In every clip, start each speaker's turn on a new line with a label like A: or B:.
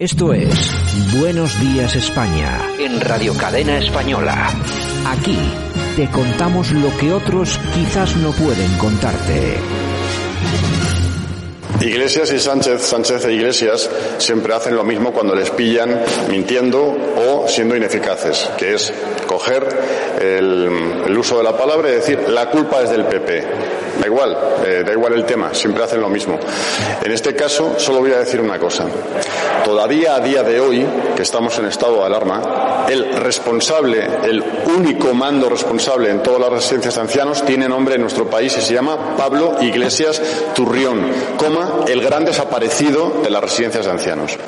A: Esto es Buenos Días España en Radio Cadena Española. Aquí te contamos lo que otros quizás no pueden contarte.
B: Iglesias y Sánchez, Sánchez e Iglesias siempre hacen lo mismo cuando les pillan mintiendo o siendo ineficaces, que es coger el, el uso de la palabra y decir la culpa es del PP. Da igual, eh, da igual el tema, siempre hacen lo mismo. En este caso solo voy a decir una cosa. Todavía a día de hoy, que estamos en estado de alarma, el responsable, el único mando responsable en todas las residencias de ancianos tiene nombre en nuestro país y se llama Pablo Iglesias Turrión, coma el gran desaparecido de las residencias de ancianos,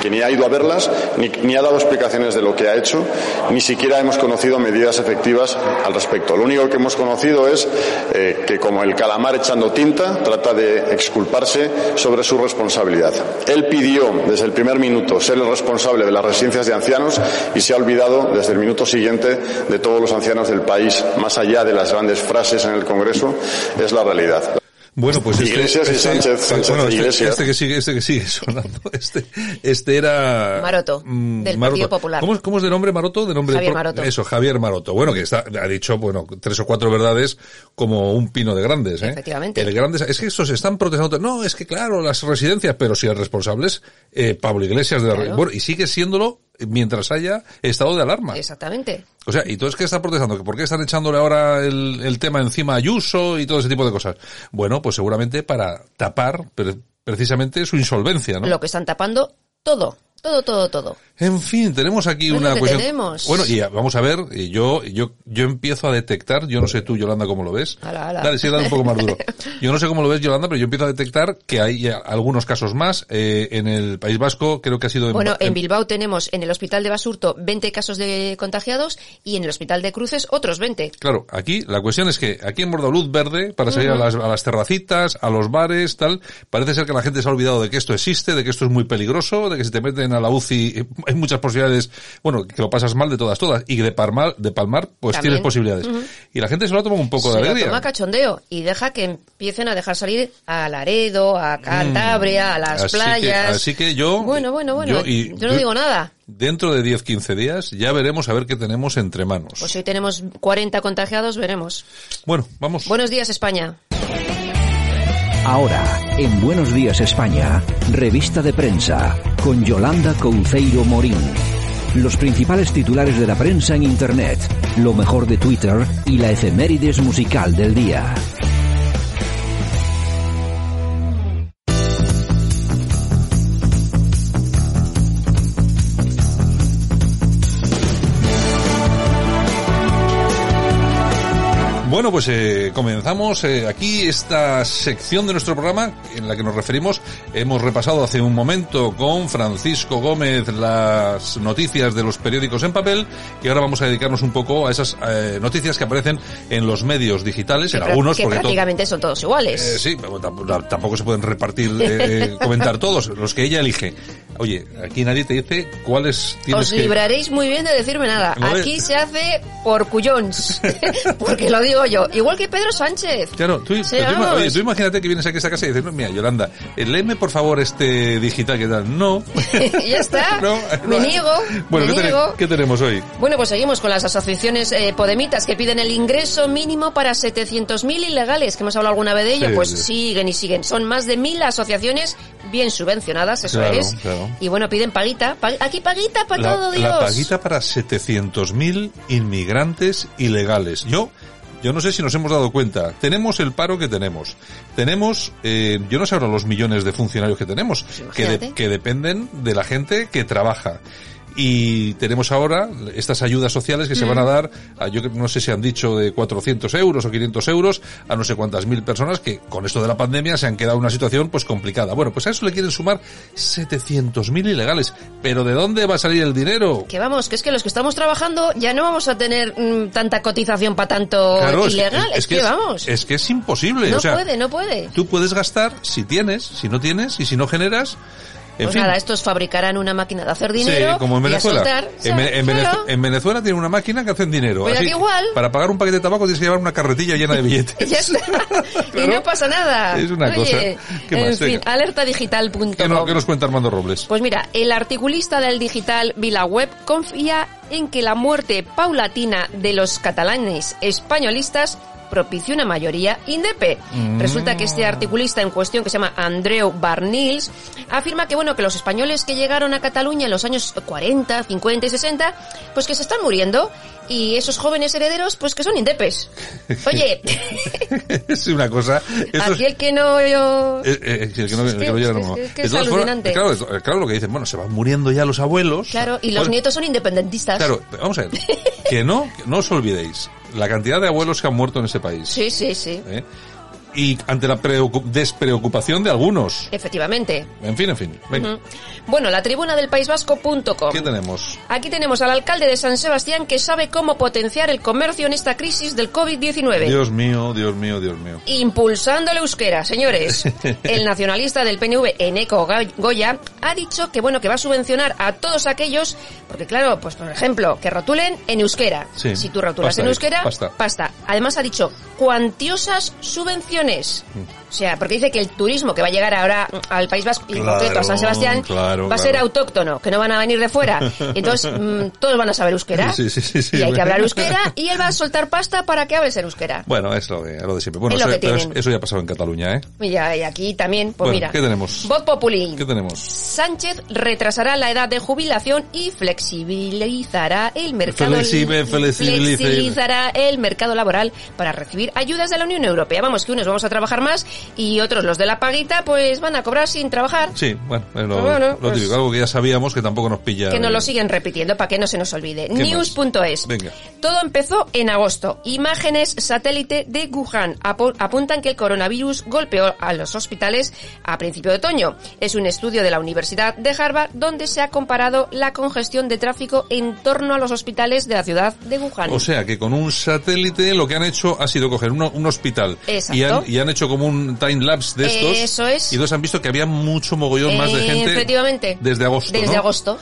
B: que ni ha ido a verlas, ni, ni, ha dado explicaciones de lo que ha hecho, ni siquiera hemos conocido medidas efectivas al respecto. Lo único que hemos conocido es eh, que, como el calamar echando tinta, trata de exculparse sobre su responsabilidad. Él pidió desde el primer minuto ser el responsable de las residencias de ancianos y se ha olvidado desde el minuto siguiente de todos los ancianos del país, más allá de las grandes frases en el Congreso, es la realidad.
C: Bueno, pues este,
B: Iglesias y Sánchez,
C: este,
B: Sánchez
C: bueno,
B: Iglesias.
C: Este, este, que sigue, este que sigue sonando, este, este era
D: Maroto, mm, del Maroto. Partido Popular.
C: ¿Cómo, ¿Cómo, es de nombre Maroto? De nombre
D: Javier Maroto.
C: Eso, Javier Maroto. Bueno, que está, ha dicho, bueno, tres o cuatro verdades como un pino de grandes, ¿eh?
D: Efectivamente.
C: El grande, es que estos están protestando. No, es que claro, las residencias, pero si el responsable es eh, Pablo Iglesias de la claro. bueno, y sigue siéndolo mientras haya estado de alarma.
D: Exactamente.
C: O sea, ¿y entonces qué está protestando? ¿Que ¿Por qué están echándole ahora el, el, tema encima a Ayuso y todo ese tipo de cosas? Bueno, pues seguramente para tapar pre precisamente su insolvencia, ¿no?
D: Lo que están tapando todo. Todo, todo, todo.
C: En fin, tenemos aquí
D: pues
C: una
D: que
C: cuestión.
D: Tenemos.
C: Bueno, y vamos a ver, yo, yo, yo empiezo a detectar, yo no sé tú, Yolanda, cómo lo ves.
D: Ala, ala.
C: Dale, sí, dale un poco más duro. Yo no sé cómo lo ves, Yolanda, pero yo empiezo a detectar que hay algunos casos más. Eh, en el País Vasco creo que ha sido... En,
D: bueno, en Bilbao tenemos en el Hospital de Basurto 20 casos de contagiados y en el Hospital de Cruces otros 20.
C: Claro, aquí la cuestión es que aquí hemos dado luz verde para salir uh -huh. a, las, a las terracitas, a los bares, tal. Parece ser que la gente se ha olvidado de que esto existe, de que esto es muy peligroso, de que se te meten a la UCI eh, hay muchas posibilidades, bueno, que lo pasas mal de todas, todas, y de palmar, de palmar pues
D: También.
C: tienes posibilidades.
D: Uh -huh.
C: Y la gente se lo toma un poco
D: se
C: de alegría.
D: Lo toma cachondeo y deja que empiecen a dejar salir a Laredo, a Cantabria, mm. a las
C: así
D: playas.
C: Que, así que yo...
D: Bueno, bueno, bueno,
C: yo, y,
D: yo no digo nada.
C: Dentro de 10-15 días ya veremos a ver qué tenemos entre manos.
D: Pues hoy tenemos 40 contagiados, veremos.
C: Bueno, vamos.
D: Buenos días, España.
A: Ahora, en Buenos Días España, revista de prensa, con Yolanda Conceiro Morín. Los principales titulares de la prensa en Internet, lo mejor de Twitter y la efemérides musical del día.
C: Bueno, pues eh, comenzamos eh, aquí esta sección de nuestro programa en la que nos referimos. Hemos repasado hace un momento con Francisco Gómez las noticias de los periódicos en papel y ahora vamos a dedicarnos un poco a esas eh, noticias que aparecen en los medios digitales,
D: que
C: en algunos.
D: Que
C: porque todo...
D: prácticamente
C: Eh,
D: son todos iguales.
C: sí, tampoco se pueden repartir, eh, comentar todos, los que ella elige. Oye, aquí nadie te dice cuáles tienes
D: Os
C: que...
D: libraréis muy bien de decirme nada.
C: No es-
D: Aquí se hace por cuyons. porque lo digo yo. Igual que Pedro Sánchez.
C: Claro, tú, pero tú
D: Seamos.
C: ima- oye, tú imagínate que vienes aquí a esta casa y dices, no, mira, Yolanda, eh, léeme por favor este digital que tal. No.
D: ya está.
C: No,
D: Ah, me
C: no.
D: niego.
C: Bueno,
D: me
C: ¿qué, tene-
D: niego.
C: qué tenemos hoy?
D: Bueno, pues seguimos con las asociaciones eh, podemitas que piden el ingreso mínimo para 700.000 ilegales, que hemos hablado alguna vez de ello,
C: Sí,
D: pues
C: sí.
D: siguen y siguen. Son más de 1.000 asociaciones bien subvencionadas, eso
C: Claro,
D: es.
C: claro.
D: Y bueno, piden paguita. Pa- aquí paguita para
C: La,
D: todo Dios.
C: la paguita para 700.000 inmigrantes ilegales. Yo, yo no sé si nos hemos dado cuenta. Tenemos el paro que tenemos. Tenemos, eh, yo no sé ahora los millones de funcionarios que tenemos, que, de-
D: imagínate.
C: que dependen de la gente que trabaja. Y tenemos ahora estas ayudas sociales que se van a dar, a, yo que- no sé si han dicho de 400 euros o 500 euros, a no sé cuántas mil personas que con esto de la pandemia se han quedado en una situación pues complicada. Bueno, pues a eso le quieren sumar 700.000 ilegales. Pero ¿de dónde va a salir el dinero?
D: Que vamos, que es que los que estamos trabajando ya no vamos a tener mm, tanta cotización para tanto
C: Claro, es que-
D: oh, ilegal.
C: es, que es-
D: vamos.
C: Es que es imposible.
D: no
C: o sea,
D: puede, no puede.
C: Tú puedes gastar si tienes, si no tienes y si no generas.
D: Pues
C: fin.
D: nada, estos fabricarán una máquina de hacer dinero.
C: sí, como en
D: y a
C: Venezuela.
D: soltar.
C: en,
D: Sí,
C: Ve- en Venez-
D: claro.
C: en Venezuela tienen una máquina que hacen dinero.
D: Pues
C: Así,
D: aquí igual.
C: Para pagar un paquete de tabaco tienes que llevar una carretilla llena de
D: Y
C: billetes.
D: ya está. Y no pasa nada.
C: Es una
D: Oye,
C: cosa. ¿Qué
D: en
C: más?
D: fin,
C: Venga.
D: alertadigital.com.
C: ¿Qué, no- qué nos cuenta Armando Robles?
D: Pues mira, el articulista del digital Vilaweb confía en que la muerte paulatina de los catalanes españolistas propicie una mayoría indepe.
C: Mm.
D: Resulta que este articulista en cuestión, que se llama Andreu Barnils, afirma que bueno, que los españoles que llegaron a Cataluña en los años 40, 50 y 60, pues que se están muriendo y esos jóvenes herederos, pues que son indepes. Oye,
C: es una cosa. eso es-
D: Pues, aquí el que no... yo-
C: Eh, eh, sí, el que no-
D: Es
C: el
D: que-
C: que no llega
D: es que-
C: normal.
D: es que
C: De
D: es
C: todas formas, eh,
D: alucinante.
C: Claro, es- claro, lo que dicen, bueno, se van muriendo ya los abuelos.
D: Claro, y los
C: Bueno,
D: nietos son independentistas.
C: Claro, vamos a ver. Que no, que no os olvidéis la cantidad de abuelos que han muerto en ese país.
D: Sí, sí, sí.
C: ¿eh? Y ante la preocu- despreocupación de algunos.
D: Efectivamente.
C: En fin, en fin. Venga,
D: Bueno, la tribuna del País Vasco.com.
C: ¿qué tenemos?
D: Aquí tenemos al alcalde de San Sebastián que sabe cómo potenciar el comercio en esta crisis del COVID-19.
C: Dios mío, Dios mío, Dios mío.
D: Impulsando el euskera, señores. El nacionalista del PNV, Eneco Ga- Goya, ha dicho que bueno, que va a subvencionar a todos aquellos, porque claro, pues por ejemplo, que rotulen en euskera.
C: Sí,
D: si tú rotulas
C: pasta
D: en
C: es,
D: euskera,
C: pasta.
D: Además ha dicho cuantiosas subvenciones.
C: Mm.
D: O sea, porque dice que el turismo que va a llegar ahora al País Vasco y en
C: Claro,
D: concreto a San Sebastián
C: claro,
D: va a ser
C: claro.
D: autóctono, que no van a venir de fuera. Entonces, mm, todos van a saber euskera.
C: Sí, sí, sí, sí.
D: y hay que hablar euskera y él va a soltar pasta para que hables en euskera.
C: Bueno, es lo de, lo de siempre. Bueno,
D: Es lo
C: eso,
D: que
C: pero
D: tienen.
C: eso ya ha pasado en Cataluña, ¿eh?
D: Mira, y aquí también, pues
C: Bueno,
D: mira.
C: ¿qué tenemos?
D: Voz Populi.
C: ¿Qué tenemos?
D: Sánchez retrasará la edad de jubilación y flexibilizará el mercado
C: Flexibe- flexibilice-
D: flexibilizará el mercado laboral para recibir ayudas de la Unión Europea. Vamos, que unos vamos a trabajar más y otros los de la paguita pues van a cobrar sin trabajar.
C: Sí, bueno, es lo,
D: Pero bueno,
C: lo
D: pues-
C: típico, algo que ya sabíamos que tampoco nos pilla.
D: Que nos
C: de-
D: lo siguen repitiendo para que no se nos olvide.
C: más?
D: News.es.
C: Venga.
D: Todo empezó en agosto. Imágenes satélite de Wuhan apu- apuntan que el coronavirus golpeó a los hospitales a principio de otoño. Es un estudio de la Universidad de Harvard donde se ha comparado la congestión de tráfico en torno a los hospitales de la ciudad de Wuhan.
C: O sea que con un satélite lo que han hecho ha sido coger uno- un hospital
D: Exacto.
C: y han, y han hecho como un time lapse de estos.
D: Eso es.
C: Y entonces han visto que había mucho mogollón más de
D: Eh,
C: gente.
D: Efectivamente.
C: Desde agosto.
D: Desde
C: ¿no?
D: agosto.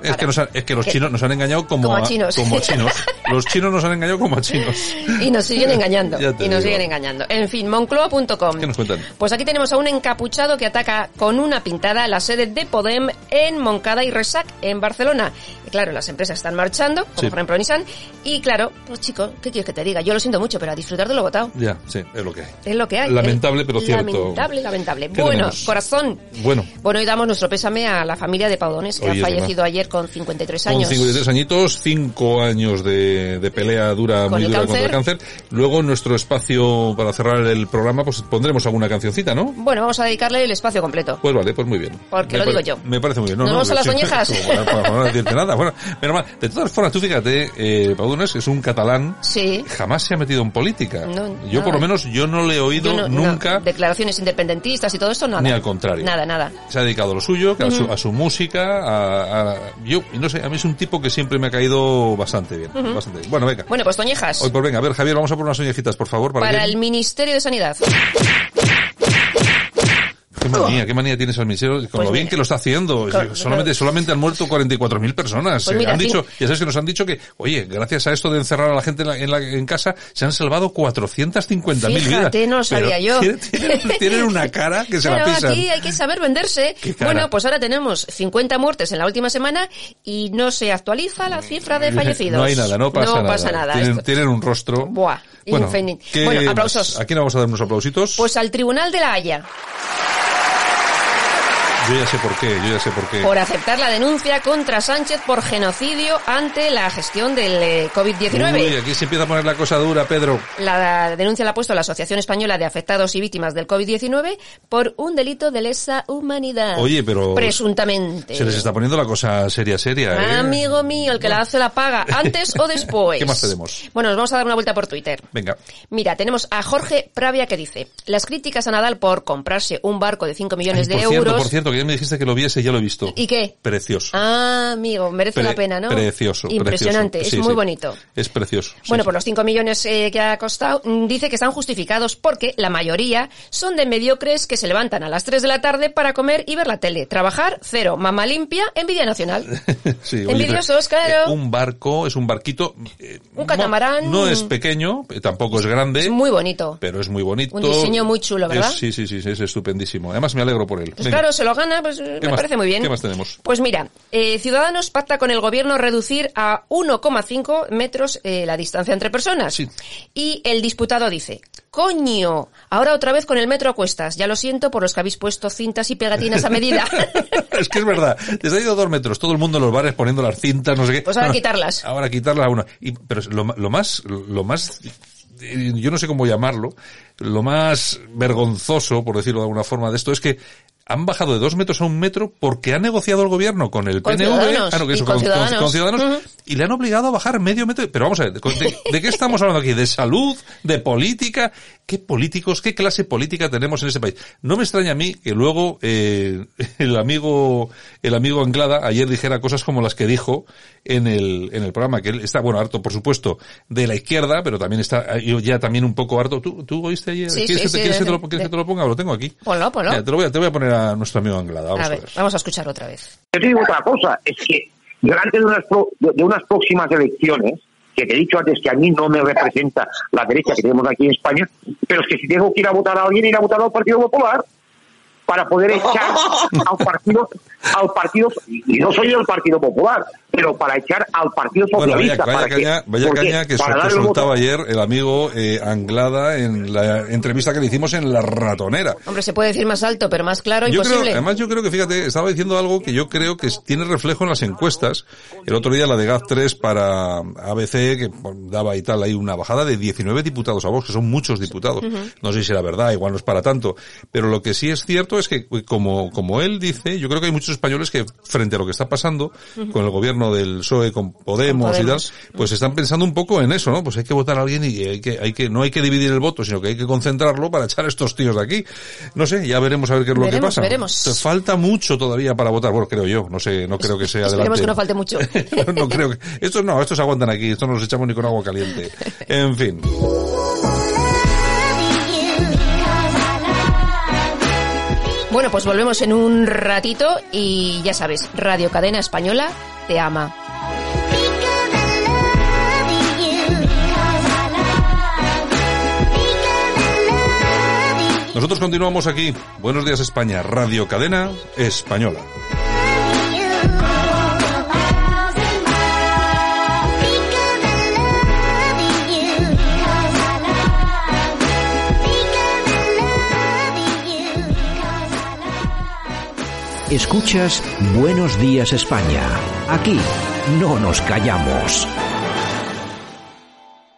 C: Es que, nos han- es que los
D: Que-
C: chinos nos han engañado como,
D: como a chinos.
C: como a chinos. Los chinos nos han engañado como a chinos.
D: Y nos siguen engañando.
C: Ya te
D: Y nos
C: digo.
D: siguen engañando. En fin, moncloa.com.
C: ¿Qué nos cuentan?
D: Pues aquí tenemos a un encapuchado que ataca con una pintada la sede de Podem en Moncada y Resac, en Barcelona. Y claro, las empresas están marchando, como
C: Sí.
D: por ejemplo Nissan. Y claro, pues chico, ¿qué quieres que te diga? Yo lo siento mucho, pero a disfrutar de lo votado.
C: Ya, sí, es lo que hay.
D: Es lo que hay.
C: Lamentable,
D: ¿eh?
C: pero cierto.
D: Lamentable, lamentable.
C: ¿Qué
D: Bueno,
C: tenemos?
D: corazón.
C: Bueno.
D: Bueno, y damos nuestro pésame a la familia de Paudones, que
C: Oye,
D: ha
C: es
D: fallecido ayer con 53
C: Con
D: años.
C: 53 añitos, 5 años de, de pelea dura,
D: Con
C: muy
D: el
C: dura contra el
D: cáncer.
C: cáncer. Luego en nuestro espacio para cerrar el programa, pues pondremos alguna cancioncita, ¿no?
D: Bueno, vamos a dedicarle el espacio completo.
C: Pues vale, pues muy bien.
D: Porque
C: Me
D: lo
C: pare-
D: digo yo.
C: Me parece muy bien. No,
D: Nos
C: no,
D: vamos a las
C: sí,
D: oñejas.
C: Para, para- para no decirte nada. Bueno, menos mal. De todas formas, tú fíjate, eh, Paudones es un catalán.
D: Sí.
C: Jamás se ha metido en política.
D: No,
C: yo por
D: nada.
C: lo menos yo no le he oído
D: Yo no- no.
C: nunca.
D: declaraciones independentistas y todo esto, nada.
C: Ni al contrario.
D: Nada, nada.
C: Se ha dedicado a lo suyo, a su, a su música, a, a- yo y no sé, a mí es un tipo que siempre me ha caído bastante bien, bastante bien. Bueno, venga.
D: Bueno, pues Toñejas.
C: Hoy por venga, a ver Javier, vamos a por unas oñejitas, por favor, para, que-
D: para el Ministerio de Sanidad.
C: Qué manía, qué manía tienes al ministerio con
D: Pues
C: lo bien
D: mira.
C: que lo está haciendo. Es decir,
D: Con-
C: solamente,
D: con-
C: solamente han muerto 44.000 personas.
D: Pues
C: Eh,
D: mira,
C: han
D: sí.
C: dicho, ya sabes que nos han dicho que, oye, gracias a esto de encerrar a la gente en, la- en la- en casa, se han salvado 450.000 vidas.
D: Fíjate, no
C: Pero
D: lo sabía yo.
C: Tienen, tienen- tienen una cara que se
D: Claro,
C: la pisan.
D: aquí hay que saber venderse.
C: Qué cara.
D: Bueno, pues ahora tenemos 50 muertes en la última semana y no se actualiza la cifra de fallecidos.
C: No hay nada, no pasa nada. Tienen,
D: Esto-
C: tienen un rostro.
D: Buah,
C: bueno,
D: infeliz.
C: ¿qué
D: Bueno,
C: más?
D: aplausos.
C: Aquí no vamos a dar unos aplausitos.
D: Pues al Tribunal de la Haya,
C: yo ya sé por qué, yo ya sé por qué.
D: por aceptar la denuncia contra Sánchez por genocidio ante la gestión del eh,
C: Uy,
D: COVID-19.
C: aquí se empieza a poner la cosa dura, Pedro.
D: La denuncia la ha puesto la Asociación Española de Afectados y Víctimas del COVID-19 por un delito de lesa humanidad.
C: Oye, pero-
D: Presuntamente.
C: Se les está poniendo la cosa seria, seria, ¿eh?
D: Este- Ah, Amigo mío, el que la hace la paga, antes o después.
C: ¿Qué más tenemos?
D: Bueno, nos vamos a dar una vuelta por Twitter.
C: Venga.
D: Mira, tenemos a Jorge Pravia que dice, las críticas a Nadal por comprarse un barco de 5 millones
C: Ay,
D: de
C: por
D: euros...
C: Cierto, por cierto, que porque me dijiste que lo viese y ya lo he visto.
D: ¿Y qué?
C: Precioso.
D: Ah, amigo, merece
C: Pre-
D: la pena, ¿no?
C: Precioso.
D: Impresionante,
C: precioso. Sí,
D: es muy
C: sí.
D: bonito.
C: Es precioso. sí, sí.
D: Bueno, por los 5 millones eh, que ha costado, mm, dice que están justificados porque la mayoría son de mediocres que se levantan a las 3 de la tarde para comer y ver la tele. Trabajar, cero. Mamá limpia, envidia nacional.
C: Sí, oye,
D: Envidiosos,
C: pero,
D: claro.
C: eh, un barco, es un barquito. eh,
D: Un catamarán.
C: No, no es pequeño, eh, tampoco es grande.
D: Es muy bonito.
C: pero es muy bonito.
D: Un diseño muy chulo,
C: Es-
D: ¿verdad?
C: sí, sí, sí, sí, es estupendísimo. Además me alegro por él.
D: Pues
C: Venga.
D: claro, se lo gana, pues eh, me
C: más-
D: parece muy bien.
C: qué más tenemos?
D: Pues mira, eh, Ciudadanos pacta con el gobierno reducir a 1,5 metros eh, la distancia entre personas.
C: Sí.
D: Y el diputado dice, coño, ahora otra vez con el metro a cuestas. Ya lo siento por los que habéis puesto cintas y pegatinas a medida.
C: es que es verdad. Les ha ido dos metros. Todo el mundo en los bares poniendo las cintas, no sé qué.
D: Pues ahora
C: No, no.
D: quitarlas.
C: Ahora quitarlas a una. Y, pero lo, ma- lo más, lo más, eh, yo no sé cómo llamarlo, lo más vergonzoso, por decirlo de alguna forma, de esto es que han bajado de dos metros a un metro porque ha negociado el gobierno con el
D: Con
C: PNV,
D: Ciudadanos,
C: ah, no, que
D: y
C: eso,
D: con
C: con, con-
D: Ciudadanos.
C: con Ciudadanos,
D: Ujú.
C: y le han obligado a bajar medio metro. Pero vamos a ver, ¿de, de qué estamos hablando aquí? ¿De salud? ¿De política? ¿Qué políticos, qué clase política tenemos en este país? No me extraña a mí que luego eh, el amigo el amigo Anglada ayer dijera cosas como las que dijo en el, en el programa, que él está, bueno, harto, por supuesto, de la izquierda, pero también está eh, ya también un poco harto. ¿Tú, tú oíste ayer?
D: Sí,
C: ¿Quieres,
D: sí,
C: que, te-
D: sí,
C: quieres
D: de-
C: que te lo,
D: de-
C: quieres que te lo ponga? Lo tengo aquí.
D: Ponlo, ponlo.
C: Mira, te, lo voy a, te voy a poner a nuestro amigo Anglada. Vamos
D: a ver, vamos a escuchar otra vez.
E: Yo te digo otra cosa, es que delante de unas, pro- de de unas próximas elecciones, que te he dicho antes que a mí no me representa la derecha que tenemos aquí en España, pero es que si tengo que ir a votar a alguien, ir a votar al Partido Popular para poder echar al partido, al partido, y no soy del Partido Popular, pero para echar al Partido
C: Bueno, vaya,
E: Socialista.
C: vaya
E: para que-
C: caña, vaya
E: porque
C: caña que, sol-
E: para
C: que
E: dar el voto-
C: soltaba ayer el amigo eh, Anglada en la entrevista que le hicimos en La Ratonera.
D: Hombre, se puede decir más alto, pero más claro,
C: Yo creo,
D: imposible.
C: además yo creo que, fíjate, estaba diciendo algo que yo creo que tiene reflejo en las encuestas. El otro día la de GAF3 para ABC, que daba y tal, ahí una bajada de 19 diputados a Vox, que son muchos diputados. No sé si era verdad, igual no es para tanto. Pero lo que sí es cierto es que, eh, como, como él dice, yo creo que hay muchos españoles que, frente a lo que está pasando con el gobierno del PSOE, E, con Podemos,
D: Con Podemos.
C: y tal, pues están pensando un poco en eso, ¿no? Pues hay que votar a alguien y hay que, hay que, no hay que dividir el voto, sino que hay que concentrarlo para echar a estos tíos de aquí. No sé, ya veremos a ver qué es lo que
D: Veremos,
C: pasa.
D: veremos.
C: Te falta mucho todavía para votar, bueno, creo yo. No sé, no creo que sea adelante.
D: Esperemos que no falte mucho.
C: no creo que... Estos no, estos aguantan aquí, estos no los echamos ni con agua caliente. En fin.
D: Bueno, pues volvemos en un ratito y ya sabes, Radio Cadena Española te ama.
C: Nosotros continuamos aquí. Buenos días España, Radio Cadena Española.
A: Escuchas Buenos días España. Aquí no nos callamos.